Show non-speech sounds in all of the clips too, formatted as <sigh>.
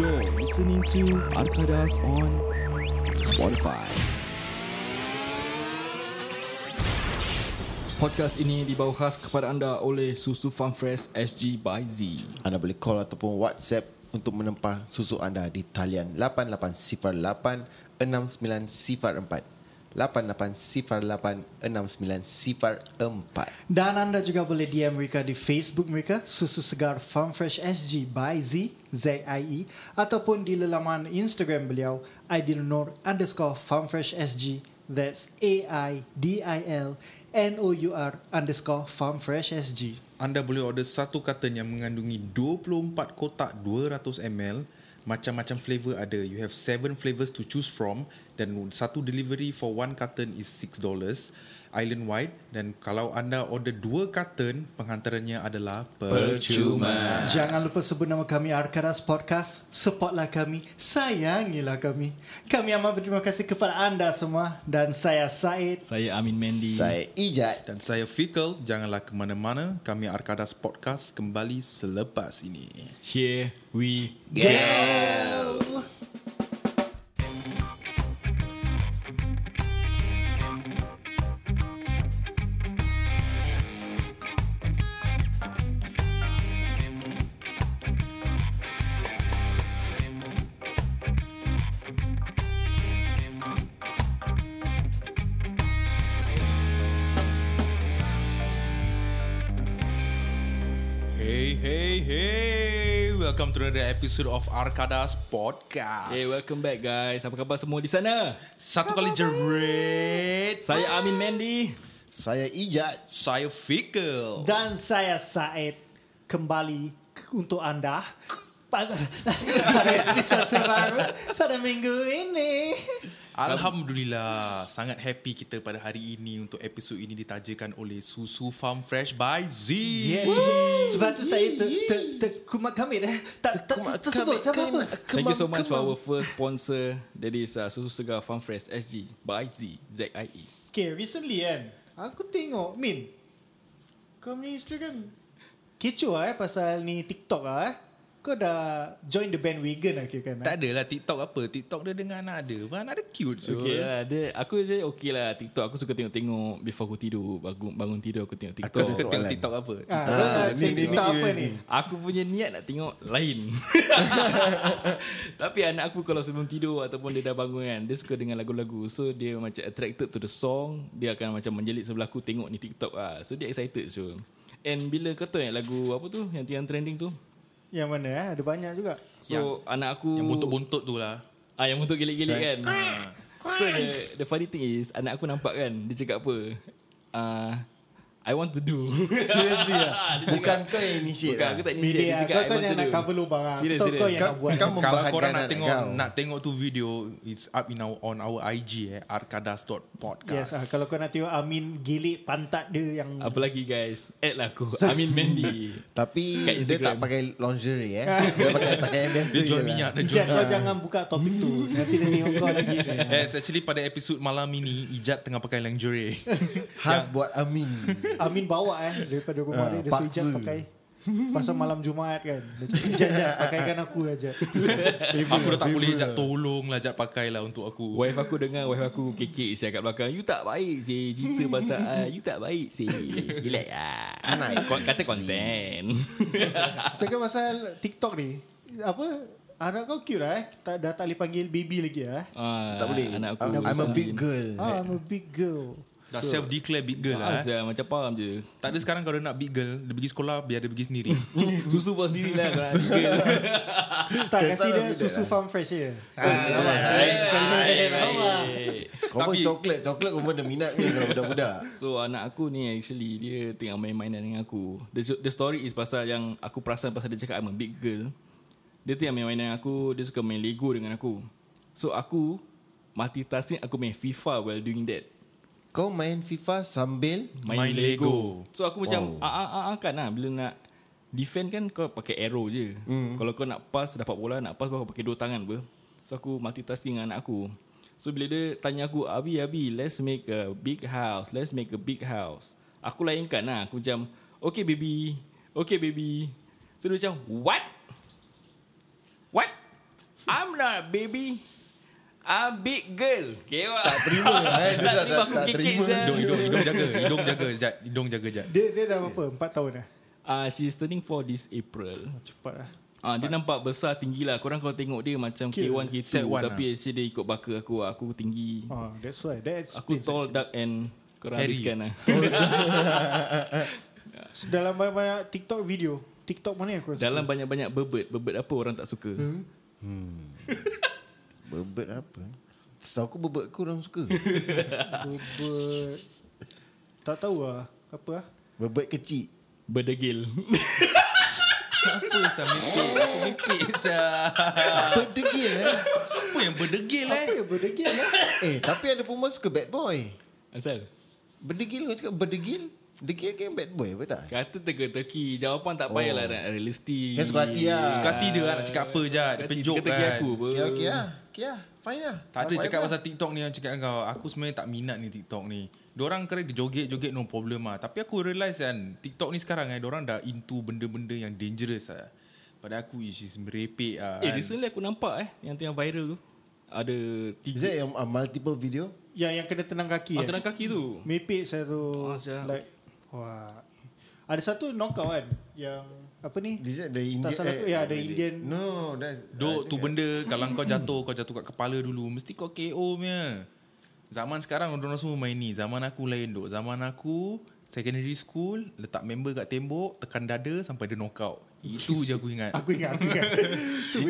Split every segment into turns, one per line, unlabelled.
You're listening to Arkadas on Spotify.
Podcast ini dibawa khas kepada anda oleh Susu Farm Fresh SG by Z.
Anda boleh call ataupun WhatsApp untuk menempah susu anda di talian 8808 6904 8808 6904
Dan anda juga boleh DM mereka di Facebook mereka Susu Segar Farm Fresh SG by Z ZIE Ataupun di lelaman Instagram beliau Aidil Nur underscore Farm Fresh SG That's A-I-D-I-L N-O-U-R underscore Farm Fresh SG
Anda boleh order satu carton yang mengandungi 24 kotak 200ml macam-macam flavor ada. You have 7 flavors to choose from dan satu delivery for one carton is $6 island wide dan kalau anda order dua carton penghantarannya adalah percuma.
Jangan lupa sebut nama kami Arkadas Podcast Supportlah kami Sayangilah kami Kami amat berterima kasih kepada anda semua Dan saya Said
Saya Amin Mendy.
Saya Ijat
Dan saya Fikal, janganlah ke mana-mana. Kami Arkadas Podcast kembali selepas ini.
Here we
Hey, hey, hey. Welcome to another episode of Arkadas Podcast.
Hey, welcome back guys. Apa khabar semua di sana?
Satu kali jerit.
Saya Amin Mendy.
Saya
<laughs>
Ijat
Saya Fikal.
Dan saya Said Kembali ke- untuk anda Pada pada episod terbaru Pada minggu ini
Alhamdulillah, sangat happy kita pada hari ini untuk episod ini ditajakan oleh Susu Farm Fresh by Z.
Yes Sebab tu saya ter, ter, terkumat kamit eh Tak, tak
Kumat
tersebut
kami-
tak apa-apa
kami-
Thank you so
kemam-
much for
kemam.
our first sponsor. That is uh, Susu Segar Farm Fresh SG by Z E. ZIE.
Okay, recently kan Aku tengok Min Kau punya Instagram Kecoh lah eh Pasal ni TikTok lah eh Kau dah Join the bandwagon lah kira kan eh?
Tak adalah TikTok apa. TikTok dia dengan anak ada. Mana ada cute je.
Okay lah dia, Aku je okay lah TikTok Aku suka tengok-tengok Before aku tidur Bangun, bangun tidur aku tengok TikTok
Kau suka
Soalan.
tengok TikTok apa?
Ah, kau nak tengok TikTok apa ni
Aku punya niat nak tengok lain Tapi anak aku kalau sebelum tidur Ataupun dia dah bangun kan Dia suka dengan lagu-lagu So dia macam attracted to the song Dia akan macam menjelit sebelah aku Tengok ni TikTok lah So dia excited so And bila kau tahu yang lagu apa tu Yang yang trending tu
Yang mana eh Ada banyak juga
So yang, anak aku
Yang buntut-buntut tu lah.
ah, Yang buntut gilik-gilik kan So the, the funny thing is Anak aku nampak kan Dia cakap apa uh, I want to do
ah?
<laughs>
Seriously lah
Bukan kau yang initiate
Bukan
lah
aku tak initiate Dia
Media Kau,
cakap I
kau
want to
jangan nak
do.
cover lubang lah
Serius,
Kau, kau
serius.
yang
Kau,
nak buat
kau
Kalau
membahangkan
korang nak
anak
tengok
kau.
nak tengok tu video it's up in our on our IG eh
Yes, ah,
arkadas.podcast.
kalau kau nak tengok Amin gilik pantat dia yang
Apa lagi guys Add lah aku Amin Mendy
Tapi
Kat
dia
Instagram.
tak pakai lingerie
<laughs>
eh Dia pakai pakai yang biasa
Dia jual
je lah.
minyak dia
Ijat
jual.
kau <laughs> jangan buka topik tu Nanti dia tengok kau
<laughs>
lagi eh.
Yes, actually pada episod malam ini Ijat tengah pakai lingerie. Ya.
Khas buat
<laughs>
Amin
Amin bawa eh daripada rumah
Ah,
dia dia
paksa.
suruh Ijaz pakai. Pasal malam Jumaat kan. Dia cakap, Ijaz <laughs> Ijaz pakaikan aku aja.
aku dah tak boleh Ijat tolonglah Ijat pakailah untuk aku.
Wife aku dengar Wife aku kekek saya kat belakang You tak baik sih Cerita pasal ah, You tak baik sih Relax lah
Anak
Kon- Kata konten
Cakap pasal TikTok ni. Apa? Anak kau cute lah eh. Tak, dah tak boleh panggil baby lagi lah eh.
ah,
Tak boleh
Anak aku
I'm a big girl
Ah, I'm a big girl.
Dah self declare big girl
ah,
lah. eh.
Azal, Macam faham je
Tak ada sekarang kalau dia nak big girl, dia pergi sekolah biar dia pergi sendiri.
Susu buat sendiri lah kalau nak tiga.
Tak, Ah, kasi dia susu farm fresh je.
Kau pun
Tapi-
coklat Coklat kau pun ada minat ni Kalau budak-budak
So anak aku ni actually Dia tengah main-mainan dengan aku the, jo- the story is pasal yang Aku perasan pasal dia cakap I'm a big girl Dia tengah main-mainan dengan aku Dia suka main Lego dengan aku So aku Multitasking aku main FIFA while doing that
Kau main FIFA sambil
Main, main
Main
Lego.
Lego.
So aku macam wow. ah, ah, ah, kan lah Bila nak defend kan kau pakai arrow je mm. Kalau kau nak pass dapat bola Nak pass kau pakai dua tangan apa So aku multitasking dengan anak aku So bila dia tanya aku Abi Abi let's make a big house Let's make a big house Aku layankan lah Aku macam Okay baby Okay baby So dia macam what What I'm not baby. I'm big girl. Kewa. <laughs> Tak
terima, eh. Dia dah- dah-
aku
tak
kikik
terima.
Hidung,
saja.
hidung, hidung jaga. Hidung jaga, Jad. Hidung jaga, Jad.
Dia dia dah berapa? Empat tahun eh? dah.
Ah, she's turning 4 this April.
Cepat lah.
Ah, dia nampak besar tinggi lah. Korang kalau tengok dia macam K1, K2.
Set one
tapi actually dia ikut baka aku. lah. Aku tinggi.
Oh, that's why. That
Aku
explains
tall,
actually.
dark and korang
Hairy.
habiskan lah. <laughs>
So, dalam banyak-banyak TikTok video. TikTok mana yang korang suka?
Dalam banyak-banyak bebet. Bebet apa orang tak suka?
Bebet apa? Setahu aku bebet aku orang <laughs> suka.
Bebet. Tak tahu lah. Apa lah?
Bebet kecil.
Berdegil. <laughs>
Apa sah mimpi? Aku mimpi sah.
Berdegil eh.
Apa yang berdegil eh?
Apa yang berdegil lah?
Eh, tapi ada perempuan suka bad boy.
Asal?
Berdegil kau cakap berdegil? Degil kan bad boy apa tak?
Kata teka-teki. Jawapan tak payahlah oh. realistik.
Kan suka hati lah.
Suka hati dia lah nak cakap apa, Jad. Dia
Suka hati,
penjok
teka-teki
kan.
aku apa.
Okay, okay lah. Okay lah. Fine lah.
Tak ada
Fine
cakap
lah.
pasal TikTok ni Yang cakap dengan kau Aku sebenarnya tak minat ni TikTok ni Diorang kena joget-joget No problem lah Tapi aku realise kan TikTok ni sekarang kan Diorang dah into benda-benda yang dangerous lah Pada aku Ish is merepek lah
Eh,
kan.
recently aku nampak eh. Yang tengah viral tu. Ada
Is
tiga.
that yang uh, multiple video?
Yang, yang kena tenang kaki.
Ah,
eh?
tenang kaki tu.
Mepek saya tu
Oh, siap.
Like Wah Ada satu knockout kan Yang Apa ni
Is that the Indian?
salah aku, ya, the Indian.
No, no, no. That's,
Duk tu benda Kalau kau
Hmm.
jatuh Kau jatuh kat kepala dulu Mesti kau KO punya Zaman sekarang Diorang semua main ni Zaman aku lain duk Zaman aku Secondary school Letak member kat tembok Tekan dada Sampai dia knockout Itu je aku
<laughs>
ingat
Aku <laughs> ingat Aku ingat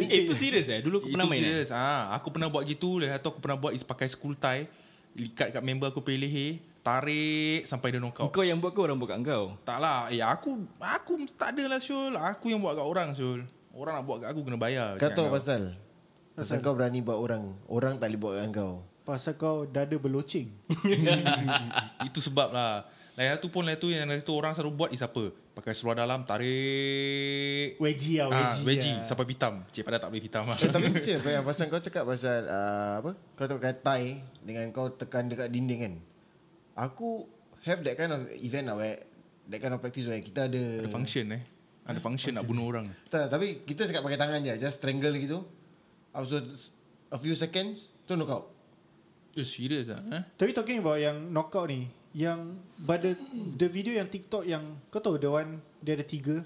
Eh, itu serius eh? Dulu aku pernah main eh?
serious. Ah, aku pernah buat gitu. Lepas tu aku pernah buat is pakai school tie. Likat kat member aku pilih leher. Tarik sampai dia knockout.
Kau yang buat ke orang buat kat kau?
Tak lah. Eh, aku aku tak ada lah Syul. Aku yang buat kat orang Syul. Orang nak buat kat aku kena bayar.
Kau tahu
Cakap
pasal? Pasal kau berani buat orang. Orang tak boleh buat dengan kau.
Pasal kau dada berlocing
kau. Itu sebab lah. Lain tu pun lain tu yang lain tu orang selalu buat is apa? Pakai seluar dalam, tarik.
Wedgie lah
Ah,
Wedgie,
wedgie
lah.
sampai pitam. Cik pada tak boleh pitam lah.
Eh, tapi macam apa yang pasal kau cakap pasal uh, apa? Kau tu pakai tie dengan kau tekan dekat dinding kan? Aku have that kind of event lah where that kind of practice where kita ada,
Ada function eh. Ada function nak bunuh orang.
tak, tapi kita cakap pakai tangan je just strangle gitu after a few seconds tu knockout
Eh, serious lah. Eh?
Tapi talking about yang knockout ni Yang Pada The video yang TikTok yang Kau tahu the one Dia ada tiga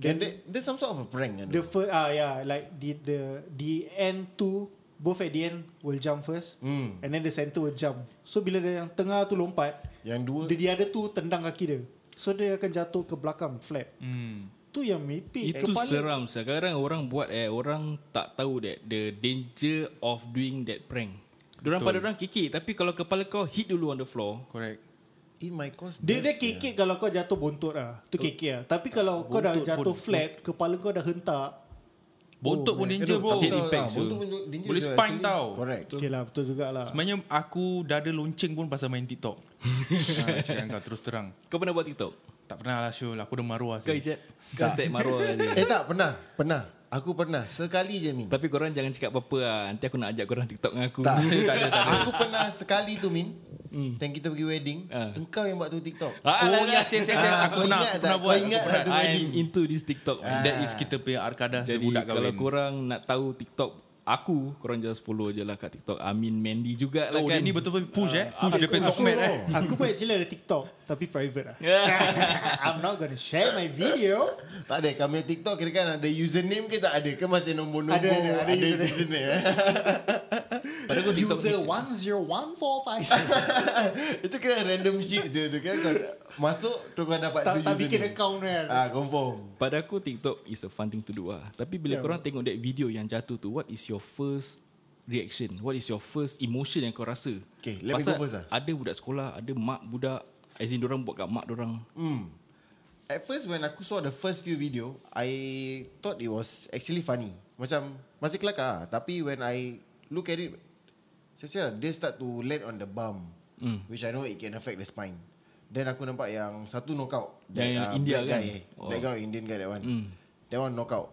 Then,
Then-
there, there's some sort of a prank kan?
The first ah yeah like the the the end two both at the end will jump first
Hmm.
and then the center will jump. So bila dia yang tengah tu lompat,
Yang dua
dia, dia ada tu tendang kaki dia. So dia akan jatuh ke belakang flat.
Hmm.
Tu yang mimpi
Itu seram Sekarang orang buat eh Orang tak tahu that The danger of doing that prank Diorang pada orang kikik Tapi kalau kepala kau Hit dulu on the floor
Correct.
in my course
Dia dia
there's-
kekek kalau kau jatuh bontot lah. Tu kekek lah. Tapi kalau kau dah
Bontot
jatuh
pun-
flat, kepala kau dah hentak.
Bontot pun danger
Aduh,
bro.
tapi
Hit
tahu
impact
lah,
tu.
bontot pun danger
Boleh
tu
spine
actually.
tau.
Correct
Okay lah, betul jugalah.
Sebenarnya aku dada lonceng pun pasal main TikTok. ha, cakap kau terus terang.
Kau pernah buat TikTok?
Tak pernah lah Syul, aku dah maruah
Kau
sih.
ejat Kau hashtag
<laughs>
maruah lah je
Eh tak pernah Pernah Aku pernah Sekali je Min
Tapi korang jangan cakap apa-apa lah Nanti aku nak ajak korang TikTok dengan aku <laughs> Ah,
Tak,
tak Oh, ada, Hmm. tak ada.
<laughs> Aku pernah sekali tu Min Time kita pergi wedding
Ah.
Engkau yang buat tu TikTok
Ah,
Oh
lah, lah.
yes, yes, yes, yes.
Ah,
Aku
kau
pernah,
ingat
aku
tak?
pernah
Kau
buat. Ah,
ingat
aku
tak
pernah.
tu?
I'm
wedding.
into this TikTok man.
That is kita punya arkadah
Jadi
Ah, budak
kalau
kahwin.
korang nak tahu TikTok Aku Korang just follow je lah kat TikTok Amin Mandy jugalah
Oh,
kan
dia
<laughs>
ni betul-betul push eh. Push dia punya
aku,
sokmat eh.
aku pun actually ada TikTok Tapi private
<laughs>
lah I'm not gonna share my video
Tak ada Kami TikTok kira kan Ada username ke tak ada Ke masih nombor-nombor
Ada, ada, ada username.
username
<laughs>
eh?
Padahal kau TikTok
User 101456
Itu kira random shit je tu Kira kau Masuk Tu kau dapat
Tak
tu
tak
username
bikin account kan
Ah, confirm
Pada aku TikTok is a fun thing to do lah. Tapi bila yeah.
Ya.
korang tengok that video yang jatuh tu, what is your first reaction? What is your first emotion yang kau rasa?
Okay, let me
Pasal
go first lah.
Ada budak sekolah, ada mak budak, as in dorang buat kat mak dorang.
Hmm. At first when aku saw the first few video, I thought it was actually funny. Macam masih kelakar lah. tapi when I look at it, saya dia start to land on the bum,
Hmm.
mm. which I know it can affect the spine. Then aku nampak yang satu knockout.
Yang- yang India
black
kan?
Guy,
Oh. Hmm.
oh. That guy, Indian guy that one. Mm. That one knockout.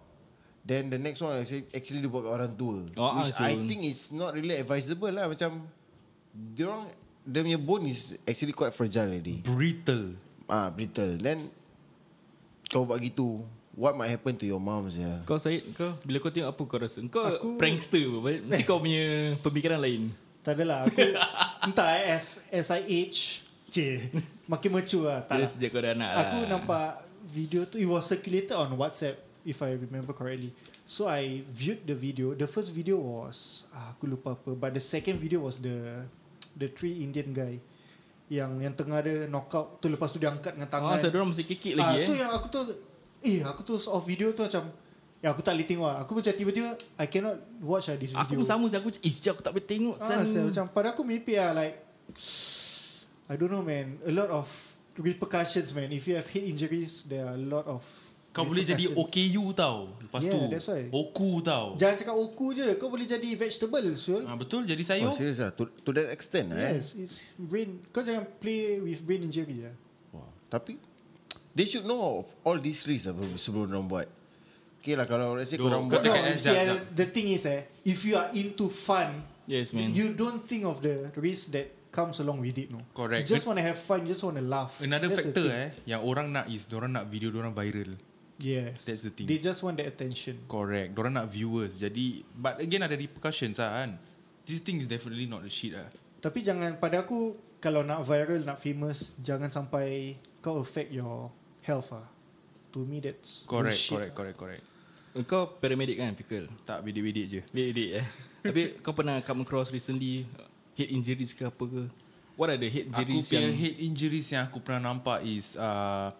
Then the next one actually, actually dia buat kat orang tua.
Oh, ah,
which
so-
I think is not really advisable lah. Macam, diorang, dia punya bone is actually quite fragile already
Brittle.
ah brittle then kau buat gitu What might happen to your mom yeah.
Kau Syed kau Bila kau tengok apa kau rasa Kau
Aku-
aku... prankster apa? Mesti kau punya Pemikiran lain
Tak adalah aku entah eh, as as I age, cik, <laughs> makin mature lah. Tak
Kira
lah.
sejak kau dah anak
Aku
lah.
nampak video tu It was circulated on WhatsApp If I remember correctly So I viewed the video The first video was ah, Aku lupa apa But the second video was the The three Indian guy Yang yang tengah ada knockout Tu lepas tu dia angkat dengan
Ah,
tangan
sebab diorang mesti kikik lagi
ah,
eh
Tu yang aku tu Eh aku tu off video tu macam Ya aku tak boleh tengok lah. Aku macam tiba-tiba I cannot watch lah this
Aku
video
pun sama sih Aku Eh sekejap aku tak boleh tengok
Ah, saya macam pada aku mimpi lah like I don't know man, a lot of repercussions man. If you have head injuries, there are a lot of
Kau boleh jadi
repercussions.
OKU tau Lepas
Yeah,
tu
that's why.
Oku tau
Jangan cakap oku je, kau boleh jadi vegetable sul.
ha, Betul jadi
Oh
sayur
serious lah to, to that extent lah eh
Yes, it's brain. Kau jangan play with brain injury ya.
Wah, Tapi They should know of All these risks apa, Sebelum orang buat Okay lah Kalau let's say
Duh,
korang
kau
buat
No,
cakap- eh,
you see,
jap,
I-
jap.
the thing is eh, if you are into fun,
Yes man
you don't think of the risk that comes along with it no.
Correct.
You just want to have fun, you just want to laugh.
Another
That's the
factor
thing.
eh Yang orang nak is Diorang nak video diorang viral
Yes.
That's the thing.
They just want the attention.
Correct Diorang nak viewers Jadi But again ada repercussions lah kan This thing is definitely not the shit lah
Tapi jangan pada aku kalau nak viral nak famous jangan sampai kau affect your health ah. To me that's
Correct
bullshit.
correct correct correct
Kau paramedic kan Pickle
Tak bidik-bidik je
Paramedic eh Tapi <laughs> kau pernah come across recently Head injuries ke apa ke What are the head
Aku
injuries
punya
yang
head injuries yang aku pernah nampak is uh,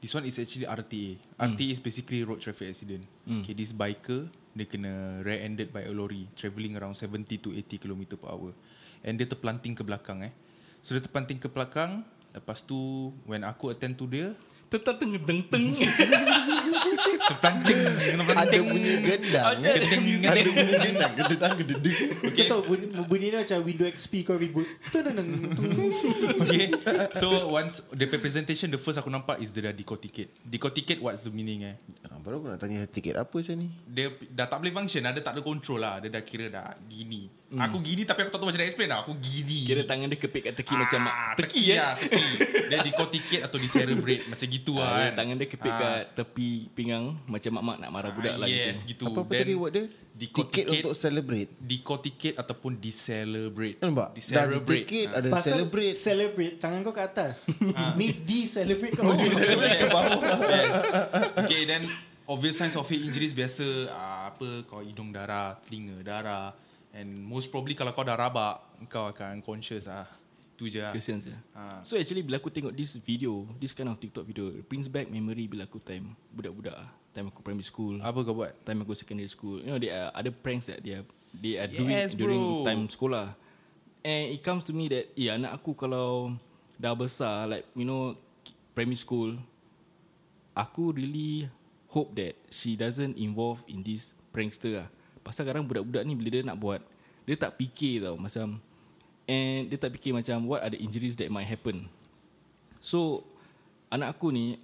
This one is actually RTA
Hmm.
RTA is basically road traffic accident Okay, this biker Dia kena rear-ended by a lorry Travelling around 70 to 80 km per hour And dia terpelanting ke belakang eh So dia terpelanting ke belakang Lepas tu When aku attend to dia
Tetap teng teng
<laughs>
teng
<laughs>
Terpelanting Dia kena
Ada
pelanting
bunyi gendang eh. Ada bunyi gendang Gendang gendang
Kau tahu bunyi, bunyi dia macam window XP kau ribut. Teneneng.
Okay So once The presentation The first aku nampak Is dia dah decorticate Decorticate what's the meaning eh
Ah, Baru aku nak tanya tiket apa saya ni
dia dah tak boleh function lah. Dia tak ada control lah. Dia dah kira dah gini. Hmm. Aku gini tapi aku tak tahu macam nak explain lah. Aku gini. Ah,
Kira tangan dia kepit kat teki Macam teki
teki
eh
lah, teki. dia dicoticate atau
<laughs>
dicerebrate. macam gitu lah
Ah,
kan.
dia Tangan dia kepit
Ah,
kat tepi pinggang Macam mak-mak nak marah budak
ah,
lah
Yes,
gitu
gitu.
Apa-apa
Then
tadi word dia Tiket
Decorticate,
untuk celebrate
decorticate ataupun decelerate.
Nampak? Dah ada
Decelerate.
tiket
Ah.
Ada celebrate
Celebrate Tangan kau ke
<laughs>
atas
Ha.
Ni de-celebrate kau
Oh, yes. Okay, then obvious signs of head injuries biasa uh, apa kau hidung darah, telinga darah and most probably kalau kau dah rabak kau akan unconscious ah. Tu je lah.
Kesian je
Ah.
So actually bila aku tengok this video This kind of TikTok video it Brings back memory bila aku time Budak-budak ah. Time aku primary school
Apa kau buat?
time aku secondary school you know there are other pranks that they are they are doing
Yes,
during
bro.
time sekolah and it comes to me that yeah anak aku kalau dah besar like you know primary school aku really hope that she doesn't involve in this prankster lah pasal kadang budak-budak ni bila dia nak buat dia tak fikir tau macam and dia tak fikir macam what are the injuries that might happen So anak aku ni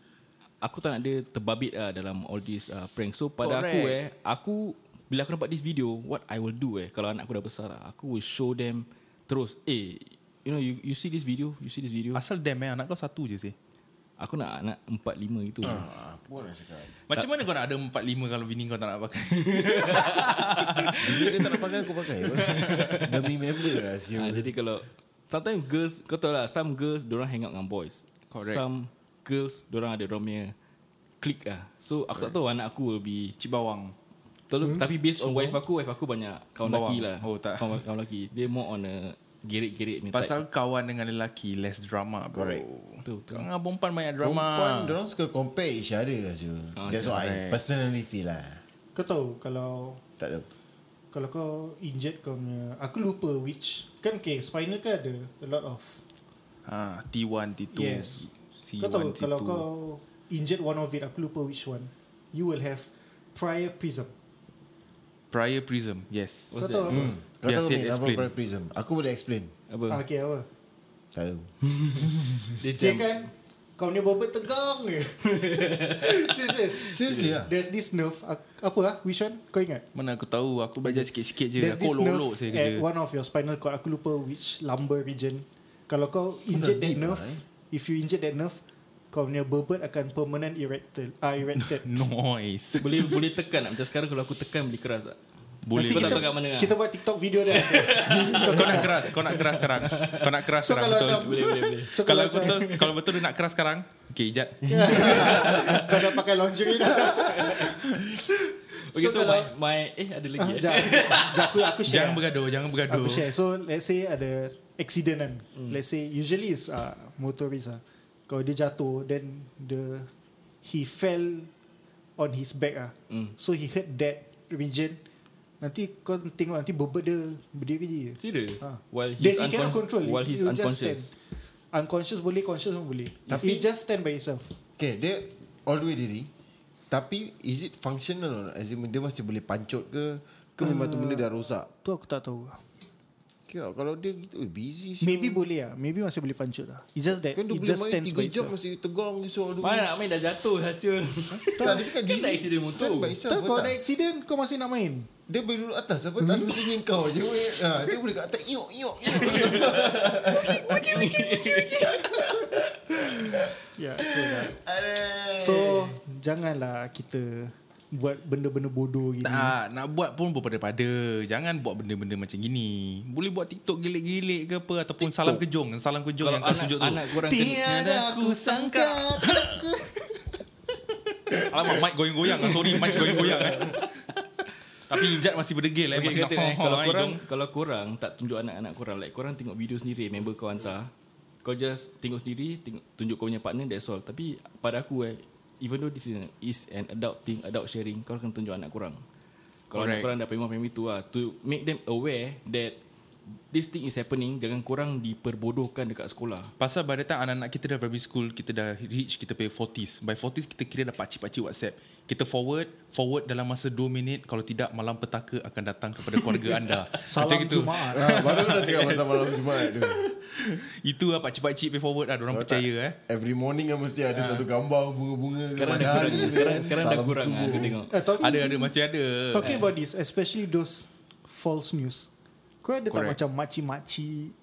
aku tak nak dia terbabit lah dalam all this uh, prank. So pada Correct. aku eh aku bila aku nampak this video what I will do eh kalau anak aku dah besar lah aku will show them terus eh you know you you see this video you see this video
Asal damn eh Anak kau satu je sih
aku nak anak 4 5 gitu. Uh.
Ah, Apa nak cakap
Macam mana kau nak ada 45 Kalau bini kau tak nak pakai <laughs>
Bila dia tak nak pakai Aku pakai apa? Demi member lah siu.
Uh, jadi kalau sometimes girls kau tahu lah some girls dorang hang out dengan boys.
Correct.
Some girls dorang ada dorang punya click ah. So aku tak tahu anak aku will be
Cik bawang
Tolong, hmm? Tapi based on wife aku Wife aku banyak Kawan
Bawang.
lelaki lah
Oh, tak.
Kawan, kawan lelaki Dia more on a Gerik-gerik ni
Pasal kawan dengan lelaki Less drama bro
Correct.
Betul, betul.
Tengah perempuan banyak drama
Perempuan Diorang suka compare each other lah siu.
Ah,
That's what I personally feel lah
Kau tahu Kalau
Tak tahu
Kalau kau injured kau punya Aku lupa which Kan okay Spinal kan ada A lot of
ha, T1, T2
Yes.
C1,
Kau tahu
T2
Kalau kau injured one of it Aku lupa which one You will have Prior prism
Prior Prism Yes
Kau tahu
Hmm.
apa?
Kau
Biar
tahu
Syed
ni Apa
explain.
Bright Prism Aku boleh explain
Apa
Ah, Okay apa
Tak
<laughs>
tahu
Dia
Dia
macam
kan Kau ni bobot tegang je <laughs> Serius
Seriously lah
There's this nerve ak- Apa lah Which one Kau ingat
Mana aku tahu Aku belajar sikit-sikit je
There's
Ya, Aku
this
olok-olok
nerve
saya
At
kerja
one of your spinal cord Aku lupa which lumbar region Kalau kau injured that
deep
nerve
ah,
lah, eh.
If you injured that nerve kau punya bourbon akan permanent erected. Ah, erected.
<laughs> Noise
Boleh boleh tekan tak? Macam sekarang kalau aku tekan boleh keras tak?
Boleh
Kau tak
Nanti kita,
tahu kat mana lah.
kita buat TikTok video
<laughs>
dia.
Kau nak keras Kau nak keras sekarang Kau nak keras
So,
sekarang
kalau
betul
macam-
Boleh boleh boleh.
so,
Kalau
kalau macam,
betul Kalau betul dia nak keras sekarang Okay Ijat
<laughs> kau dah pakai lingerie dah.
Okay, so,
So, kalau-
my, my eh ada lagi
Ah,
eh.
jangan, jangan, aku, aku share.
Jangan bergaduh Jangan bergaduh
Aku share. So let's say ada accident kan.
Hmm.
Mm. Let's say usually is uh, motorist lah. Kalau dia jatuh then the he fell on his back ah.
Mm.
So he hurt that region. Nanti kau tengok nanti bobot dia berdiri je.
<laughs> Serious?
Ah.
While he's,
Then he cannot
uncon-
control.
while he's
He- he will just
unconscious.
stand. Unconscious boleh, conscious pun boleh.
Tapi-
Tapi he just stand by himself.
<laughs> Okay dia All the way diri Tapi Is it functional or not? As in dia masih boleh pancut ke Ke memang tu benda dah rosak
Tu aku tak tahu.
Okay lah, kalau dia gitu eh, Busy
Maybe boleh lah. Maybe masih boleh pancut lah. It's just that
Kan dia
it
boleh
just
main
stands
tiga
by
jam
lah,
itself.
Masih tegang so, aduh.
Mana nak main dah jatuh hasil.
Tak dia cakap
<laughs> Kan
diri
dah accident motor.
Stand by itself
Tak, kalau
betul
ada
tak?
accident kau masih nak main.
Dia boleh duduk atas Apa tak Mestinya kau je weh. ha, Dia boleh kat atas Iok iok iok
Ya, yeah, so dah. So, Eh, janganlah kita buat benda-benda bodoh gini.
Tak, nak buat pun berpada-pada. Jangan buat benda-benda macam gini. Boleh buat TikTok gilik-gilik ke apa ataupun TikTok. salam kejong, salam kejong
Kalau
yang kau
anak,
tunjuk tu.
anak korang kena
aku sangka.
Alamak, mic goyang-goyang. Ah, Sorry, mic goyang-goyang.
<laughs>
Eh. Tapi hijat masih berdegil eh.
Okay,
masih
kata, eh,
<laughs> nak
kalau
eh,
korang
hidung.
kalau korang tak tunjuk anak-anak korang like korang tengok video sendiri member kau hantar kau just tengok sendiri tengok, tunjuk kau punya partner that's all tapi pada aku eh even though this is an, is an adult thing adult sharing kau kena tunjuk anak korang kalau anak
Correct.
korang dah family family tu lah to make them aware that this thing is happening jangan korang diperbodohkan dekat sekolah
Pasal by the time anak-anak kita dah primary school, kita dah reach, kita pay 40s. By 40s, kita kira dah pakcik-pakcik WhatsApp. Kita forward, forward dalam masa 2 minit. Kalau tidak, malam petaka akan datang kepada
<laughs>
keluarga anda.
Salam Jumaat.
ha, Baru dah tengok masa malam Jumaat tu
Itu lah pakcik-pakcik pay forward lah. Diorang percaya eh.
Every morning kan mesti ada satu gambar bunga-bunga
sekarang dah
matahari.
kurang sekarang sekarang dah
Salam
kurang lah
subuh.
aku tengok
Uh, talking,
Ada, Eh. ada, masih ada.
talking about this, especially those false news. Kau ada tak
Correct.
macam makcik-makcik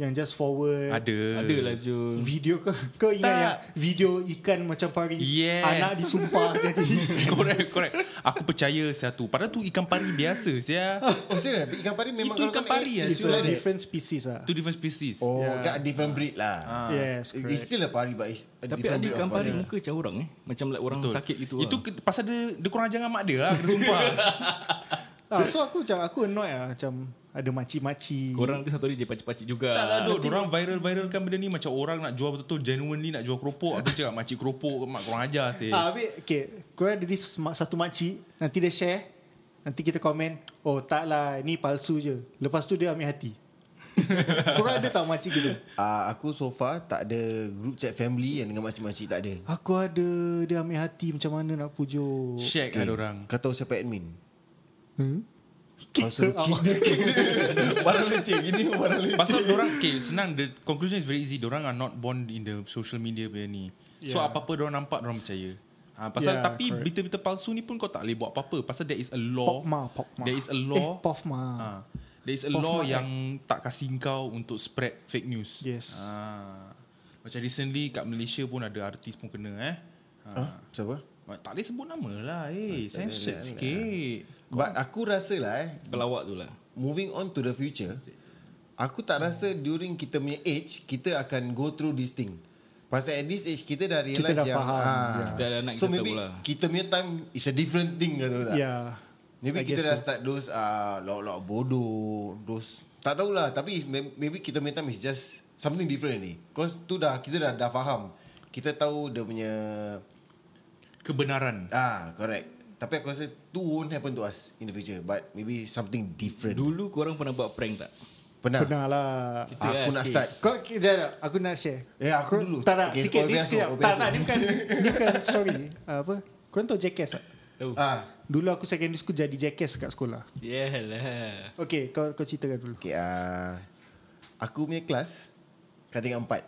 yang just forward?
Ada.
ada lah Jun
Video ke? Kau ingat
Tak.
yang video ikan macam pari
Yes.
anak disumpah
<laughs>
jadi
<laughs> correct, correct. Aku percaya satu. Padahal tu ikan pari biasa sia.
Oh serius Ikan pari memang
Itu
kalau
ikan
kau makan,
pari,
eh,
eh.
it's
It's
Still
a
like that.
different species lah.
Two different species.
Oh
Yeah.
yeah. different breed lah
Yes,
It-
correct.
It's still a pari But it's a
tapi ada
different breed of
gambar
pari
di muka macam orang eh macam like orang
Betul.
sakit gitu
Itu
lah.
ke- pasal dia dia kurang ajar dengan mak dia lah, kena sumpah.
<laughs>
Ah, so aku macam aku annoyed lah macam ada makcik-makcik.
korang nanti satu hari je pacik-pacik juga
tak lah dok, orang viral-viralkan benda ni macam orang nak jual betul-betul genuinely nak jual keropok. Aku cakap makcik keropok, mak kurang ajar sih.
Ah, habis, okay. Korang ada this ma- satu makcik, nanti dia share, nanti kita komen, oh tak lah, ni palsu je. Lepas tu dia ambil
<laughs>
hati. korang ada tak makcik gitu?
Ah, Aku so far Tak ada Group chat family Yang dengan makcik-makcik tak ada
Aku ada, dia ambil hati macam mana nak pujuk.
Shag
Okay.
lah orang.
Kau tahu siapa admin Hmm? Kau
Kick
suruh
her out.
kick Barang leceh Gini barang leceh
Pasal orang okay, senang the conclusion is very easy. Orang are not born in the social media punya ni. So
Yeah.
apa-apa orang nampak orang percaya. Ha, pasal
Yeah,
tapi
correct.
berita-berita palsu ni pun kau tak boleh buat apa-apa pasal there is a law.
Pokma, Pokma.
There is a law.
Eh, Pofma.
Ah, there is a
Post
law
Malone.
yang tak kasih kau untuk spread fake news.
Yes.
Ah. Macam recently kat Malaysia pun ada artis pun kena eh.
Ha?
Ah.
Siapa?
Tak boleh sebut nama lah eh.
Ah,
Sensitive sikit.
But aku rasa lah eh
pelawak tu lah
Moving on to the future Aku tak rasa During kita punya age Kita akan go through this thing Pasal at this age Kita dah realise
dah
yang,
faham.
ah,
ya. Yeah.
Kita dah anak,
So
kita
maybe
tahu lah.
Kita punya time Is a different thing Kata tak
Yeah.
Maybe
Ya. I
kita
guess
dah start Those uh, Lok-lok bodoh Those Tak tahulah Tapi is- may- maybe kita punya time Is just Something different ni Cause tu dah Kita dah dah faham Kita tahu dia punya
Kebenaran.
Ah correct Tapi aku rasa Tu won't happen to us In the future But maybe something different
dulu korang pernah buat prank tak
Pernah,
Ya.
Pernah lah.
Aku
kan
lah
nak
sikit.
start
Kau, jap, jap, aku nak share.
Eh, aku dulu.
Tak, tak,
Okay,
sikit.
kau
Ni
biasa,
sekejap.
kau
Tak,
biasa.
tak,
<laughs>
ni bukan, ni bukan story. Ah, apa? Korang tahu jackass tak?
tahu
Ah,
Dulu aku secondary school jadi jackass kat sekolah.
Yalah.
Okay, kau kau ceritakan dulu.
okay, ah. Aku punya kelas Kat tingkat empat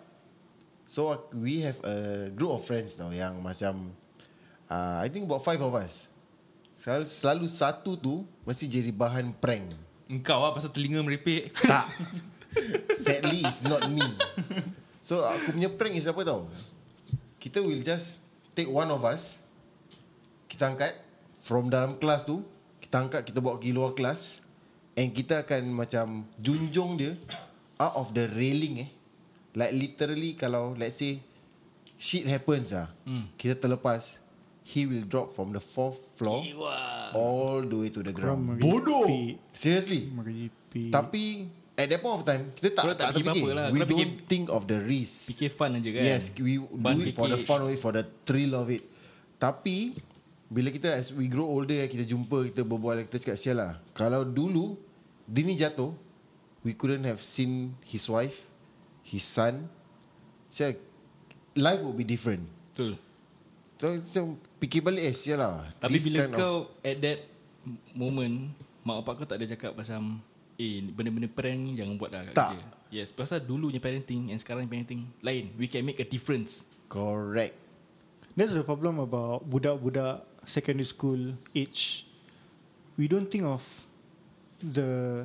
So ak- we have a group of friends tau Yang macam uh, I think about five of us selalu, selalu satu tu Mesti jadi bahan prank
Engkau lah pasal telinga merepek.
Tak Sadly it's not me So aku punya prank is apa tau Kita will just take one of us. Kita angkat from dalam kelas tu, kita angkat kita bawa pergi luar kelas and kita akan macam junjung dia out of the railing eh. Like literally kalau let's say shit happens ah, mm. kita terlepas he will drop from the fourth floor all the way to the ground.
Bodoh
Seriously. Tapi at that point of time kita tak
Korang tak
tak,
fikir
terfikir.
apa-apa lah.
We
Korang
don't
fikir-
think of the risk.
Fikir fun aja kan
Yes, we
Ban
do it for the
fikir-
fun of it, for the thrill of it. Tapi bila kita as we grow older kita jumpa kita berbual kita cakap sial lah. Kalau dulu Dini jatuh, we couldn't have seen his wife, his son. Sial, life would be different.
Betul
So macam fikir balik eh sial lah.
Tapi
This
bila
kind of-
kau At that Moment Mak bapak kau tak ada cakap pasal Eh benda-benda prank ni Jangan buat lah kat
Tak.
kerja Yes Pasal dulunya parenting And sekarang parenting Lain We can make a difference
correct.
That's the problem about budak-budak secondary school age. We don't think of the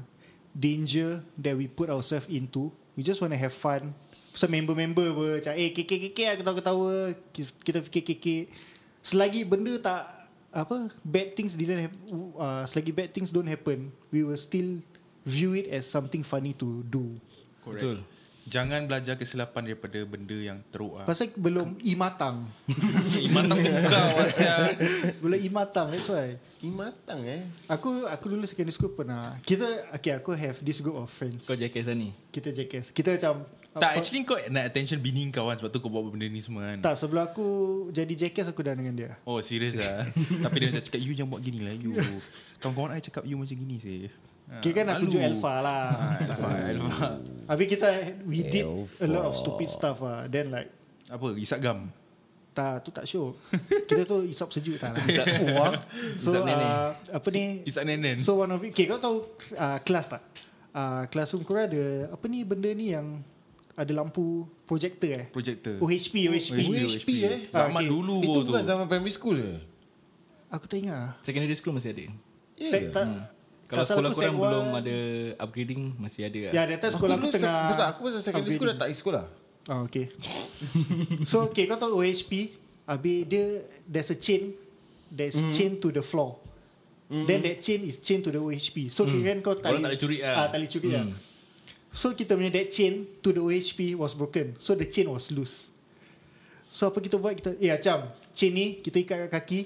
danger that we put ourselves into. We just want to have fun. So member-member pun macam, eh KKKK lah ketawa-ketawa. Ki- Kita fikir KK. Selagi benda tak, apa, bad things didn't happen, uh, selagi bad things don't happen, we will still view it as something funny to do.
Correct.
Betul.
Jangan belajar kesilapan daripada benda yang teruk <laughs> ah.
Pasal belum imatang.
Matang tu kau Asya.
<laughs> belum imatang, that's why.
Imatang eh.
Aku aku dulu secondary school pernah Kita Okay aku have this group of friends
Kau jacket sana
Kita JKS Kita macam
Tak
apa-
actually kau nak attention bini kau kan Sebab tu kau buat benda ni semua kan
Tak sebelum aku Jadi JKS aku dah dengan dia
Oh
<laughs>
serius lah Tapi dia macam cakap You jangan buat gini lah you Kawan-kawan I cakap you macam gini sih
ha, Kira kan aku
Ah, malu.
tunjuk Alpha lah
Ah, Alpha, Alpha.
Habis kita We did A lot of stupid stuff lah Then like
Apa Isak gam
Tak tu tak syok Kita tu isap sejuk
<laughs>
tak lah Wah. So
Isap nenek.
uh, Apa ni
Isak nenen
So one of it Okay kau tahu uh, Kelas tak uh, Kelas Unkura ada Apa ni benda ni yang Ada lampu Projector eh
Projector Oh,
OHP OHP,
OHP, eh?
Ah,
Zaman
okay.
dulu
Itu
pun tu
bukan zaman primary school ke?
Aku tak ingat lah
Secondary school masih ada
Ya
Sek,
ke?
tak,
Hmm. Kalau
tak salah
sekolah
aku
korang
sec
belum
one.
ada Upgrading Masih ada lah
Ya data sekolah aku,
dulu
tengah
sec- tak, Aku pasal secondary school dah tak pergi <laughs> sekolah
Oh okay <laughs> So okay kau tahu OHP Habis dia There's a chain There's
Hmm.
mm. chain to the floor mm. Then that chain is chain to the OHP So mm. kira kan kau tali
Hmm. Orang tak boleh curi lah.
ah, Tali curi mm. lah So kita punya that chain To the OHP was broken So the chain was loose So apa kita buat kita Eh macam Chain ni kita ikat kat kaki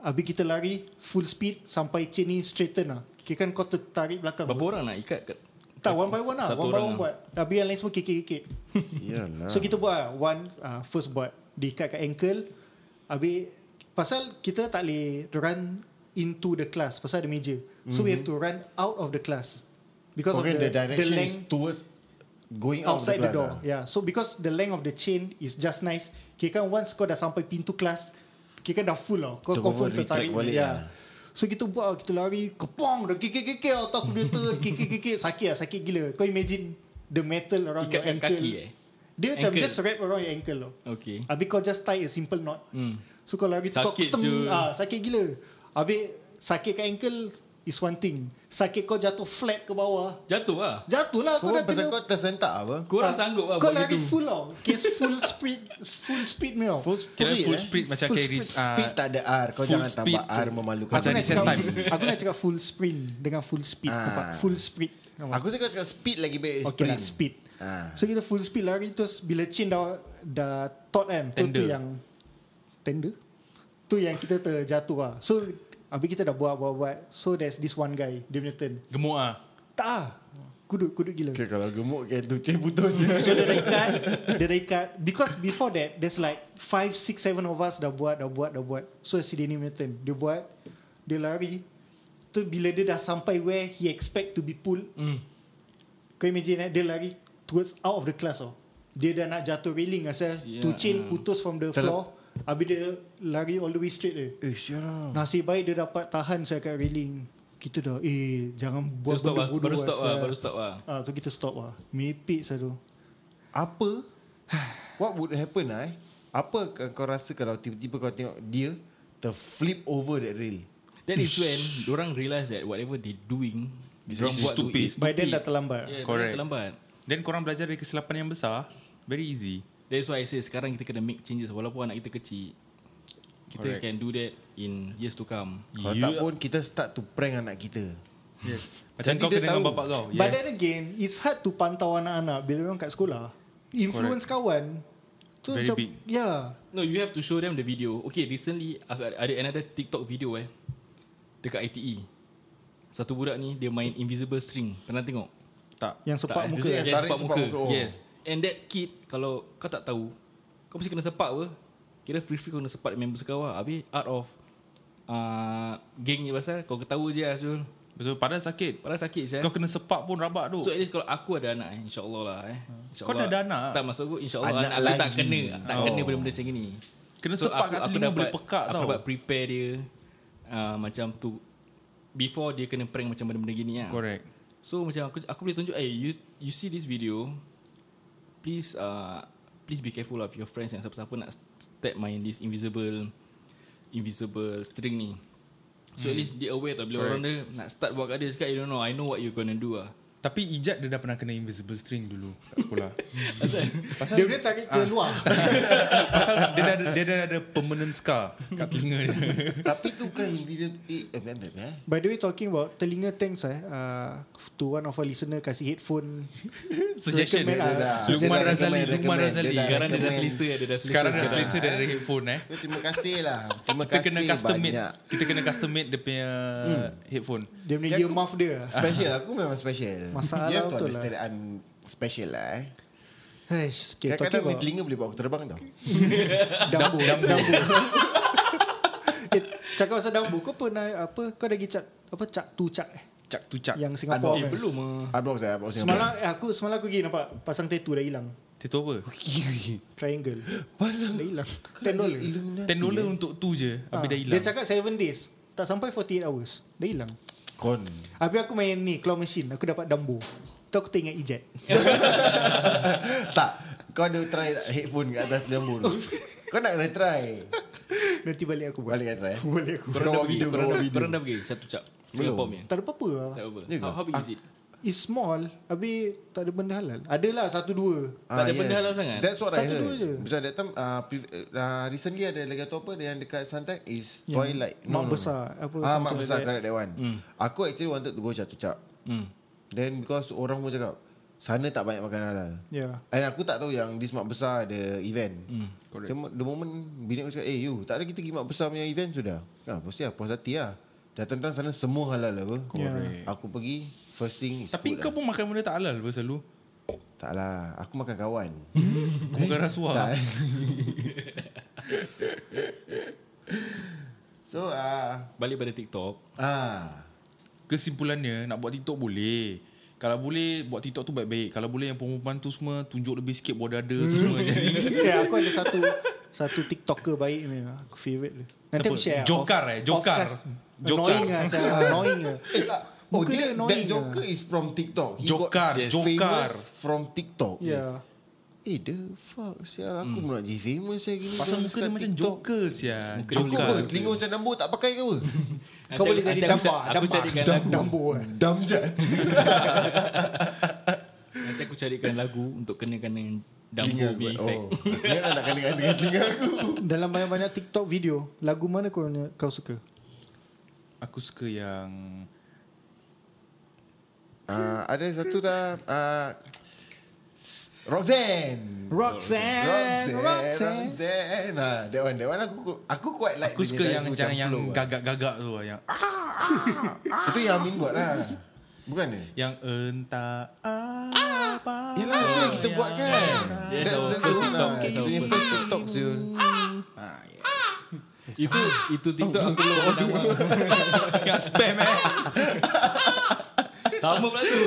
Habis kita lari Full speed Sampai chain ni straighten lah Kira kan kau tertarik belakang
Berapa orang nak ikat kat
Tak one by one lah
Satu
One by
orang
one
lah. Ha.
buat Habis yang lain semua kekek-kekek
Yalah
So kita buat lah One uh, first buat Diikat kat ankle Habis Pasal kita tak boleh Run into the class Pasal ada meja So
Mhm.
we have to run out of the class Because
Because
of
the,
the,
direction
the
is
length
towards Going out
Outside
of
the,
the,
door
class, ah.
Yeah So because the length of the chain Is just nice Kira kan once kau dah sampai pintu kelas Kira kan dah full lah Kau
Terus
confirm
retract
tertarik
balik lah.
yeah. So kita buat lah, Kita lari Kepong Dah kikik-kikik Otak aku dia tu Kikik-kikik <laughs> Sakit lah Sakit gila Kau imagine The metal around
Ikat
your
kat
ankle
kaki eh
Dia macam
Ankle.
just wrap around your ankle loh.
Okay
Habis kau just tie a simple knot
hmm.
So kalau lagi tu kau
Sakit,
ketem
Syul.
ah, Sakit gila Habis sakit kat ankle Is one thing Sakit kau jatuh flat ke bawah
Jatuh lah
Jatuh lah
Kau
kau dah
pasal
tengok
kau tersentak apa
Korang sanggup lah
Ah. Kau
buat
lari
gitu.
full tau Case full speed Full speed ni tau
Full
Kira
speed
full
eh?
speed Macam
Full
carries
speed-
ah,
Speed tak ada R Kau
Full
jangan tambah
speed
R
tu.
memalukan
Aku
macam
nak
recess
cakap
time.
Aku nak cakap full sprint Dengan full speed
Ah.
nampak? Full speed nampak?
Aku cakap, cakap speed lagi baik
Okay lah speed
Ah.
So kita full speed lari Terus bila chain dah Dah taut kan tu-
Tender.
Tu yang Tender Tu yang kita terjatuh lah So Habis kita dah buat-buat-buat So there's this one guy Dia punya turn
Gemuk ah
Tak ah. Kudut Kudut gila
Okay, kalau gemuk kan tu Cik putus je
So dia dah ikat Dia dah ikat Because before that There's like 5, 6, 7 of us Dah buat Dah buat Dah buat So si Danny punya turn Dia buat Dia lari Tu bila dia dah sampai Where he expect to be pulled
Hmm.
Kau imagine eh Dia lari Towards out of the class oh. Dia dah nak jatuh railing Asal
Siap.
yeah. Tu chain putus from the floor Habis dia Lari all the way straight dia
Eh siapa
Hmm.
Nasib baik dia dapat Tahan saya kat railing Kita dah Eh jangan
Baru
buat
stop lah
benda bodoh
Baru stop lah
asal.
Baru stop lah
Ah, tu kita stop lah Mepek satu
<laughs> Apa What would happen lah eh Apa k- kau rasa kalau tiba-tiba kau tengok dia Terflip over that rail
That is when Diorang realise that Whatever they doing Diorang buat tu
stupid.
is
By then
stupid.
dah terlambat
Yeah,
Correct.
Correct. terlambat
Then korang belajar dari kesilapan yang besar Very easy
That's why I say sekarang kita kena make changes walaupun anak kita kecil. Kita
Correct.
Correct. can do that in years to come.
Kalau tak pun kita start to prank anak kita.
Yes. Macam
Jadi
kau
dia
kena dengan
tahu.
bapak kau.
But then again, it's hard to pantau anak-anak bila orang kat sekolah. Influence kawan. So,
Very
macam, ya,
big.
Yeah.
No, you have to show them the video. Okay, recently aku ada ada another TikTok video eh dekat ITE. Satu budak ni dia main invisible string. Pernah tengok?
tak.
Yang sepak
eh?
muka.
Is it
Yes,
yang tarik
sepak
sepak
muka.
muka, oh.
Yes. And that kid kalau kau tak tahu, kau mesti kena sepak apa? Kira free-free kau kena sepak dengan members kau lah. Habis out of uh, geng je pasal kau ketawa je Azul.
Betul padahal sakit.
Padahal sakit saya.
Kau kena sepak pun rabak tu.
So at least kalau aku ada anak eh, InsyaAllah lah eh. InsyaAllah,
Hmm. Kau dah ada anak?
Tak maksud aku InsyaAllah
Anak
anak, anak aku tak
lagi.
kena Tak
Oh.
oh. kena benda-benda macam ni
Kena sepak kat telinga boleh pekak
aku
tau.
dapat prepare dia uh, Macam tu Before dia kena prank Macam benda-benda gini lah
Correct.
So macam aku aku boleh tunjuk Eh you you see this video Please uh, Please be careful of your friends Yang siapa-siapa nak Step main this invisible Invisible string ni So hmm. at least dia aware tau Bila orang dia Nak start buat kat dia Cakap you don't know I know what you gonna do lah
Tapi Ijat dia dah pernah kena invisible string dulu kat sekolah. Hmm.
Dia boleh tarik keluar.
Pasal dia dah ada, dia dah ada permanent scar kat telinga
<laughs>
dia.
<laughs> Tapi tu kan video eh, eh, eh, eh.
By the way, talking about telinga thanks eh. Uh, to one of our listener kasih headphone.
Suggestion.
Recommend lah.
Dia dah.
Dia
Lukman
dah
Razali,
recommend,
Lukman
recommend.
Razali.
Dia dah
Sekarang dia dah selesa
recommend.
Dia dah selesa
Sekarang dah selesa dia ada headphone eh.
So, terima kasih lah. Terima
Kita
kasih
kena custom made.
banyak. Hmm.
Kita kena custom made dia punya headphone.
Dia punya
Ya, aku-
earmuff dia.
<laughs> Special aku memang special.
Masalah
you have to
betul
understand lah. I'm special lah eh.
Heish, okay, talking
Kadang-kadang ni
about
telinga boleh buat aku terbang tau.
dambu. <laughs> dambu. eh, cakap pasal dambu, kau pernah apa? Kau dah pergi cak apa cak tu cak eh?
Cak tu cak.
Yang Singapura.
Eh
kan?
belum ah.
Unbox lah. Unbox
Semalam eh, aku semalam aku pergi nampak pasang tattoo dah hilang.
Tato apa?
Triangle.
Pasang.
Dah hilang. 10 dollar.
10 dolar untuk tu je. Habis
Ah,
dah hilang.
Dia cakap 7 days. Tak sampai 48 hours. Dah hilang.
Kon.
Habis aku main ni claw machine, aku dapat dambu. Tu aku teringat eject. <laughs>
tak. Kau ada try tak headphone kat atas
<laughs>
jambu tu? Kau nak kena try.
Nanti balik aku buat.
Balik kena try. eh.
Boleh aku.
Kau
Korang dah
buat
pergi
video. Kau
Korang
buat
dah,
video.
korang dah pergi Satu cap Singapore punya
Tak ada apa-apa lah.
Tak apa
Ya ke?
How, how big is it?
It's small. Habis tak ada benda halal. Adalah satu dua.
Tak ada benda halal sangat?
Ah, That's what I
Satu dua
heard
je.
Macam that time uh, pre- uh, Recently ada lagi tu apa Yang dekat Suntec Is
Ya.
Yang
Twilight
mak besar, apa,
Ah
something
mak
like
besar
that.
Correct that one Aku actually wanted to go Catucap
Hmm.
Then because orang pun cakap Sana tak banyak makan halal
Ya.
And aku tak tahu yang This mak besar ada event
Hmm,
mm, the, mo- the moment Bini aku cakap Eh you Tak ada kita pergi mak besar punya event sudah ah, Pasti lah puas hati lah Datang-datang sana semua halal lah, apa
Correct.
Aku pergi First thing is
Tapi
food
kau
lah.
pun makan benda tak halal pasal lu.
Tak lah Aku makan kawan
Kau Bukan rasuah.
Tak. <laughs> eh. so ah
Balik pada TikTok
uh, ah
Kesimpulannya Nak buat TikTok boleh Kalau boleh Buat TikTok tu baik-baik Kalau boleh yang perempuan tu semua Tunjuk lebih sikit Buat dada tu semua Jadi
<laughs> Ya, aku ada satu satu TikToker baik ni. Aku favorite dia. Nanti
Siapa?
aku share.
Jokar
Off-
eh, Jokar.
offcast.
Jokar.
Annoying lah. saya. Annoying lah.
eh tak Oh,
Muka dia
dia,
annoying
that
ah.
Joker is from TikTok. He
Joker,
got
Joker.
famous from TikTok.
<laughs> Ya.
Eh, the fuck. Sial, aku hmm. nak jadi famous saya gini. Korang
Pasal muka dia
cakap
macam
TikTok.
Joker sia
Muka dia
Aku
Joker
apa? Telinga macam Dumbo tak pakai ke <laughs> apa?
Kau
Nanti
boleh
aku-
jadi
nanti aku
dambar.
ca- Aku carikan
dambu.
lagu
Dambu kan.
Damjat.
Nanti aku carikan lagu Untuk kenakan dengan Dambo punya effect
Oh. Dia kan nak kena dengan telinga aku.
Dalam banyak-banyak TikTok video, lagu mana kau kau suka?
Aku suka yang
Ah, ada satu dah. ah, Roxanne.
Roxanne.
Roxanne,
Roxanne.
Roxanne. Ah, that one, that one aku aku quite like.
Aku
dia
suka
punya
yang
dance
Macam
macam
yang
flow ah.
gagak-gagak tu lah, Yang ah,
Itu yang Amin buat lah. Bukan ni?
Yang entah ah. apa
Yalah, itu yang kita buat kan.
Yes,
That's
our
the
first
one
TikTok,
lah.
yes,
Itu
our
yang
first
first TikTok tu.
Itu itu TikTok aku belum ada <laughs> nama
Yang spam eh
Sama pula tu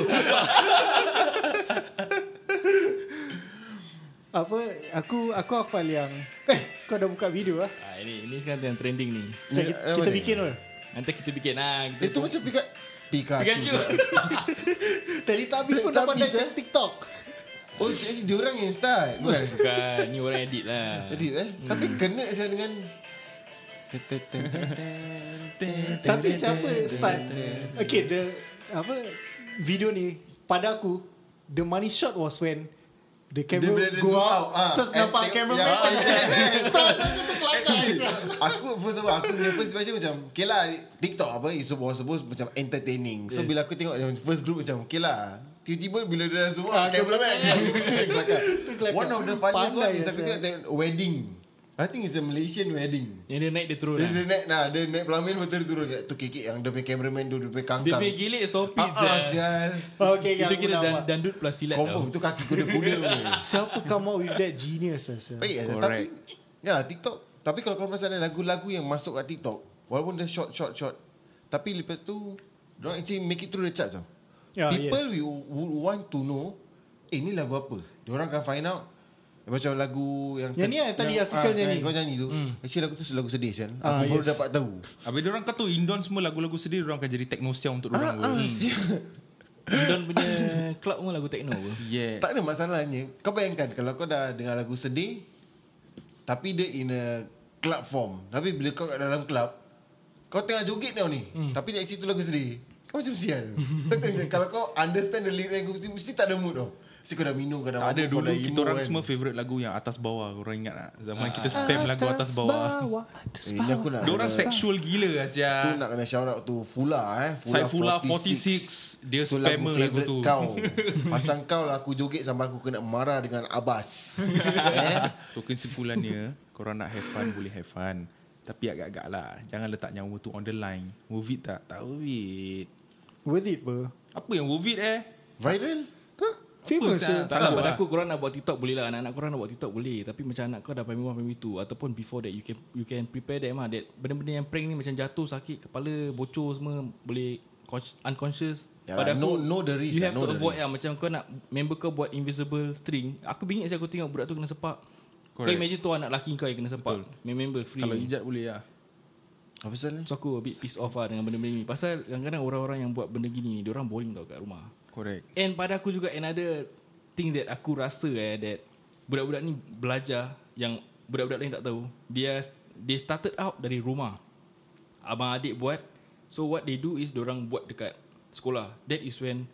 Apa aku aku hafal yang eh kau dah buka video ah.
<laughs> Ah, Ini ini sekarang yang trending ni
Macam
Ni-
kita,
apa
kita
ni?
bikin apa?
Nanti kita bikin lah kita
Itu macam Pika Pikachu.
Pikachu
Teletubbies pun dah
Teletubbies,
pandai kan TikTok.
Oh, jadi dia orang yang start. Bukan.
Bukan Ni orang edit lah
Jadi eh. Tapi kena saya dengan
Tapi siapa start? Okay, the apa video ni pada aku the money shot was when the
Dia bila
camera
dia
go
zoom
out,
ah,
terus
and
nampak
tengok-
camera
Ya,
man tengah- <laughs>
Actually, aku first of all aku punya first impression macam okay lah TikTok apa is supposed, supposed macam entertaining. So yes. bila aku tengok yang first group macam okay lah. Tiba-tiba bila dia dah zoom out camera man. <laughs> Itu yang kelakar.
kelakar.
One of the funniest
Pandai
one is aku
asal.
tengok tengok wedding. I think it's a Malaysian wedding.
Yang dia naik dia turun
Dia,
lah.
dia naik nah, dia naik pelamin betul turun tu kikik yang dia punya cameraman tu dia punya
Dia
kangkang.
punya gilik stop it
Ah, ah,
je.
sial.
Okay, okay,
Itu
aku
kira
nampak.
dan, dandut plus silat
Confirm
tau.
tu kaki kuda-kuda
<laughs>
punya.
Siapa come out with that genius asal?
Baik Azhar Tapi
Correct.
Ya lah TikTok Tapi kalau korang perasan eh, Lagu-lagu yang masuk kat TikTok Walaupun dia short short short Tapi lepas tu Diorang actually make it through the charts tau
Ya,
People
yes.
yes. would want to know Eh ni lagu apa Diorang akan find out Eh, Macam lagu yang
Yang ni lah, tadi
ah,
Afiqal nyanyi.
yang Kau nyanyi tu
Hmm.
Actually lagu tu lagu sedih kan Aku
Ah,
baru
yes.
dapat tahu
Habis diorang kata Indon semua lagu-lagu sedih Diorang akan jadi technosia untuk diorang ah,
Hmm.
Don punya club pun lagu techno apa.
Yes
Tak ada masalahnya Kau bayangkan Kalau kau dah dengar lagu sedih Tapi dia in a Club form Tapi bila kau kat dalam club Kau tengah joget tau ni hmm. Tapi dia actually tu lagu sedih Kau macam sial Kau tengok je, Kalau kau understand the lyric lagu Mesti, mesti tak ada mood tau Mesti kau dah minum Kau dah
Tak ada
mabuk, kau
dulu
dah
kita
emo
orang
kan. Ah,
semua favorite lagu yang atas bawah Korang ingat tak? Zaman kita spam lagu atas bawah
atas
Eh, ni aku nak
Diorang
kena-
seksual gila
Tu
Asia
nak kena shout out tu Fula eh
Saifullah 46 Dia
Tu lagu
spammer lagu
favourite
tu <laughs>
kau Pasang kau lah aku joget Sampai aku kena marah dengan
<laughs>
Abbas eh?
So kesimpulannya Korang nak have fun Boleh have fun Tapi agak-agak lah Jangan letak nyawa tu on the line Worth it tak? Tak worth it
Worth it bro.
Apa yang worth it eh?
Viral Huh?
Famous
Apa,
ya.
tak-
Kalau pada
lah.
aku korang nak buat TikTok boleh lah Anak-anak korang nak buat TikTok boleh Tapi macam anak kau dah primary 1, primary 2 Ataupun before that You can you can prepare them lah that Benda-benda yang prank ni Macam jatuh sakit Kepala bocor semua Boleh cons- unconscious
Ya lah, know- know the risk
You
lah,
have
know
to
the
avoid
risk.
lah Macam kau nak Member kau buat invisible string Aku bingit saya aku tengok Budak tu kena sepak Correct. Kau
Correct.
imagine tu anak lelaki kau yang kena sepak Member free
Kalau
ni.
ijat boleh lah
Apa pasal ni?
So aku a bit pissed off lah Dengan benda-benda ni Pasal kadang-kadang orang-orang yang buat benda gini Diorang boring tau kat rumah
Correct
And pada aku juga another thing that aku rasa eh that budak-budak ni belajar yang budak-budak lain tak tahu. Dia they started out dari rumah. Abang adik buat. So what they do is orang buat dekat sekolah. That is when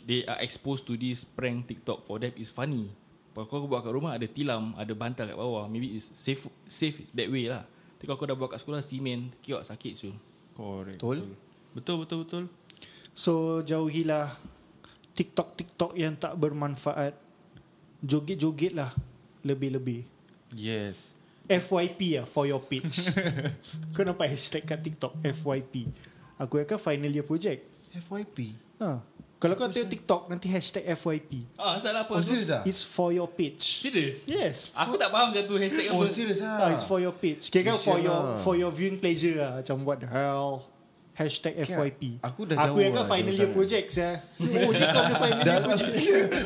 they are exposed to this prank TikTok for them is funny. Kalau kau buat kat rumah ada tilam, ada bantal kat bawah. Maybe is safe safe that way lah. Tapi kalau kau dah buat kat sekolah simen, kiok sakit tu.
Correct
Betul.
Betul betul betul
So jauhilah TikTok-TikTok yang tak bermanfaat. Joget-joget lah. Lebih-lebih.
Yes
FYP lah for your
<laughs>
page. Kau nampak hashtag kat TikTok FYP. Aku akan final year project.
FYP
Ha. Kalau kau tengok TikTok nanti hashtag FYP.
Ah, salah apa?
Oh
tu?
serius ah?
It's for your page.
Serious?
Yes.
Aku tak faham macam tu hashtag
Oh
apa.
serius
Ah,
ah?
it's for your page. Kira kan for
Kesian
your
lah.
for your viewing pleasure lah. Macam what the hell. Hashtag
Okay,
FYP.
aku dah jauh
Aku yang kan
lah
final
jauh
year
sangat.
project
<laughs>
saya. Oh, dia kau punya final year
Dalam
project.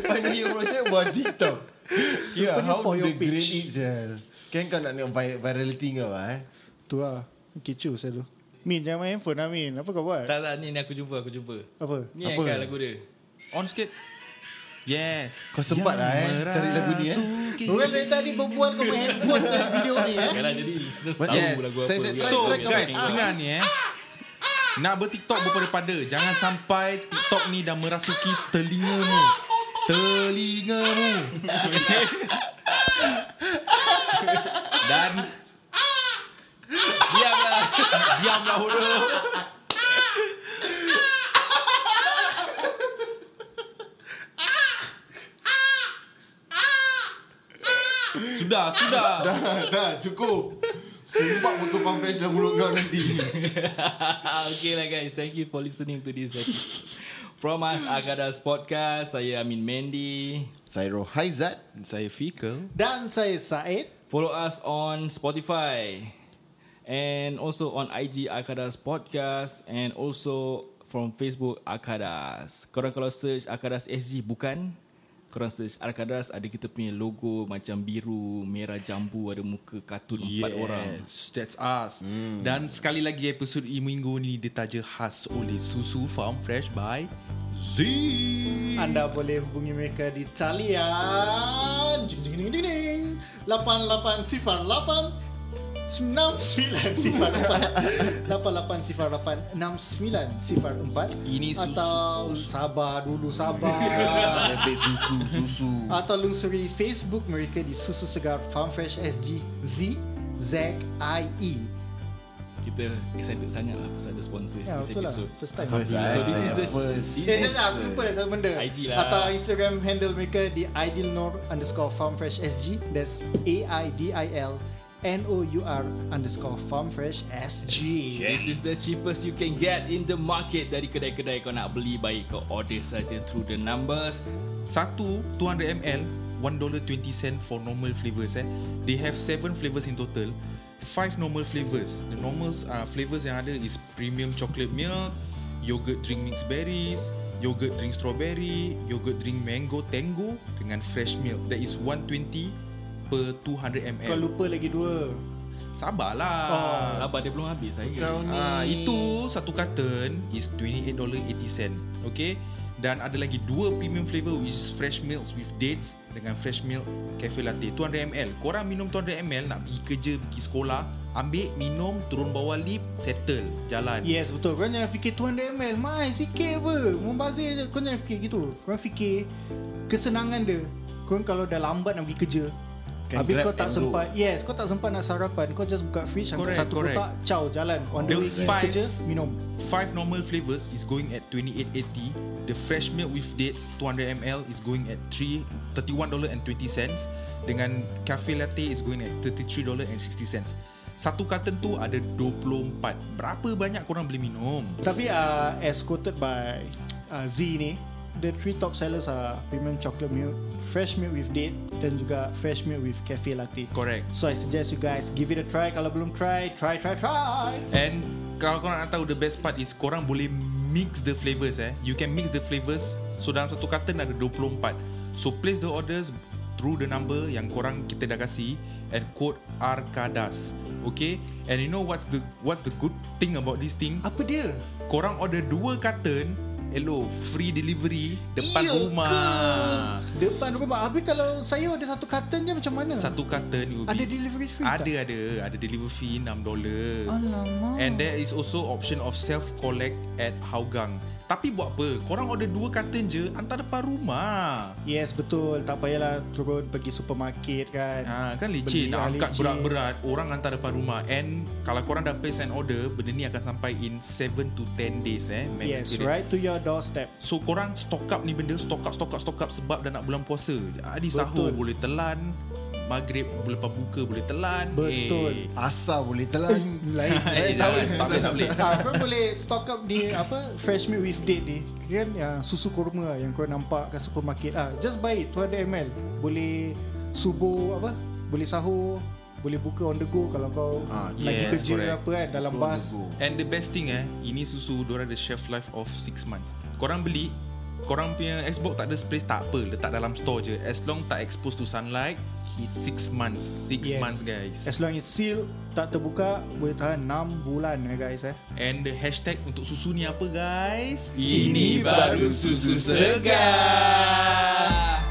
<laughs>
Final year project buat TikTok
Dia
Yeah,
punya
how
for
do
your
they grade
page.
it Zel? Kan kau nak nak vi- virality kau eh
Tu lah. Kecoh saya tu. Min, jangan main handphone lah Min. Apa kau buat?
Tak tak ni, ni aku jumpa aku jumpa.
Apa?
Ni Apa?
Apa?
kan lagu dia.
On sikit Yes
Kau sempat lah,
Yang
eh, cari lagu ni, eh.
merasuki.
Bukan dari tadi berbual kau main handphone dalam video ni eh.
Yalah jadi listeners
But
tahu
yes,
lagu apa.
saya- saya-
We are
So
all
Track
aware.
guys Dengar ni eh Nak bertiktok berpada-pada Jangan sampai TikTok ni dah merasuki telingamu Telingamu Dan
Diamlah. <laughs>
Diamlah hodoh Sudah, sudah
Dah dah cukup Sumpah betul pump fresh dalam mulut kau nanti
okay lah guys. Thank you for listening to this <laughs> episode. From us Agadas Podcast. Saya Amin Mendy.
Sairo Haizat
Saya Fikal
Dan saya Said.
Follow us on Spotify and also on IG Akadas Podcast and also from Facebook Akadas. Korang kalau search Akadas SG bukan korang search Akadas ada kita punya logo macam biru, merah jambu, ada muka kartun yes. empat orang. Hmm.
Yes, that's us. Mm. Dan sekali lagi episod ini minggu ni ditaja khas oleh Susu Farm Fresh by Z.
Anda boleh hubungi mereka di talian jing jing ding ding ding 8808 69 <laughs> sifar 4 88 sifar 8 69 sifar 4
Ini susu.
Atau Sabar dulu sabar
<laughs> Bebek susu Susu
Atau lungsuri Facebook mereka di Susu Segar Farm Fresh SG Z Z I E
Kita excited sangat lah Pasal ada sponsor
Ya
this
betul lah
episode.
First time
First
So this is the
First
this
Eh, jangan jangan, aku lupa dah satu benda
IG lah.
Atau Instagram handle mereka di idilnor underscore farmfresh SG That's A-I-D-I-L N-O-U-R underscore farmfresh SG
This is the cheapest you can get in the market Dari kedai-kedai kau nak beli Baik kau order saja through the numbers
Satu 200 ml $1.20 for normal flavours eh. They have 7 flavours in total. 5 normal flavours. The normal uh, flavours yang ada is premium chocolate milk, yogurt drink mixed berries, yogurt drink strawberry, yogurt drink mango tango dengan fresh milk. That is 120 per 200 ml.
Kau lupa lagi dua
Sabarlah.
Oh.
Sabar dia belum habis saya
Kau ni
Ah, itu satu carton is $28.80. Okay? Dan ada lagi dua premium flavour which is fresh milks with dates dengan fresh milk cafe latte 200 ml. Korang minum 200 ml nak pergi kerja, pergi sekolah, ambil minum turun bawah lift, settle, jalan.
Yes betul Kau jangan fikir 200 ml Mai sikit apa Membazir je Kau jangan fikir gitu Kau fikir Kesenangan dia Kau kalau dah lambat nak pergi kerja
Can
Habis
Kan grab
kau tak
and go.
sempat Yes kau tak sempat nak sarapan Kau just buka fridge Angkat
Correct,
satu
correct.
kotak Ciao jalan On the
The
way pergi
five-
kerja Minum
Five normal flavours is going at 28.80. The fresh milk with dates 200 ml is going at 3 $31.20 dengan cafe latte is going at $33.60. Satu carton tu ada 24. Berapa banyak korang boleh minum?
Tapi uh, as quoted by uh, Z ni The three top sellers are Premium chocolate milk Fresh milk with date Dan juga fresh milk with cafe latte
Correct.
So I suggest you guys Give it a try Kalau belum try Try try try
And kalau korang nak tahu the best part is korang boleh mix the flavours eh. You can mix the flavours. So dalam satu carton ada 24. So place the orders through the number yang korang kita dah kasih and code Arkadas. Okay? And you know what's the what's the good thing about this thing?
Apa dia?
Korang order dua carton, hello, free delivery
Iya
depan rumah.
Depan rumah Habis kalau saya ada satu carton je macam mana?
Satu carton you
Ada delivery fee
Ada
tak?
ada, ada delivery fee 6 dolar.
Alamak
And there is also option of self collect at Hougang. Tapi buat apa? Korang order dua carton je hantar depan rumah.
Yes betul Tak payahlah turun pergi supermarket kan
Ha, kan
Beli
licin nak
lah
angkat
licin.
berat-berat Orang hantar depan rumah And kalau korang dah place an order Benda ni akan sampai in 7 to 10 days eh max
Yes
period.
right to your doorstep
So korang stock up ni benda Stock up, stock up, stock up Sebab dah nak bulan puasa Hari sahur boleh telan Maghrib lepas buka boleh telan
Betul.
Eh.
Asal boleh telan
<laughs> Lain
Eh,
tak boleh.
jangan. tak boleh, tak
<laughs>
boleh
ha, Kau boleh stock up di apa Fresh milk with date ni Kan ya, susu kurma yang kau nampak kat supermarket ah, Just buy it 200ml Boleh subuh apa Boleh sahur Boleh buka on the go Kalau kau
Ah,
lagi
yes,
kerja
correct.
apa kan Dalam
Go,
bas
go.
And the best thing eh Ini susu Diorang ada shelf life of 6 months Korang beli Korang punya Xbox tak ada space Tak apa Letak dalam store je As long tak exposed to sunlight 6 months 6
Yes.
months guys
As long as seal tak terbuka boleh tahan 6 bulan eh guys eh.
And the hashtag untuk susu ni apa guys
Ini baru
susu segar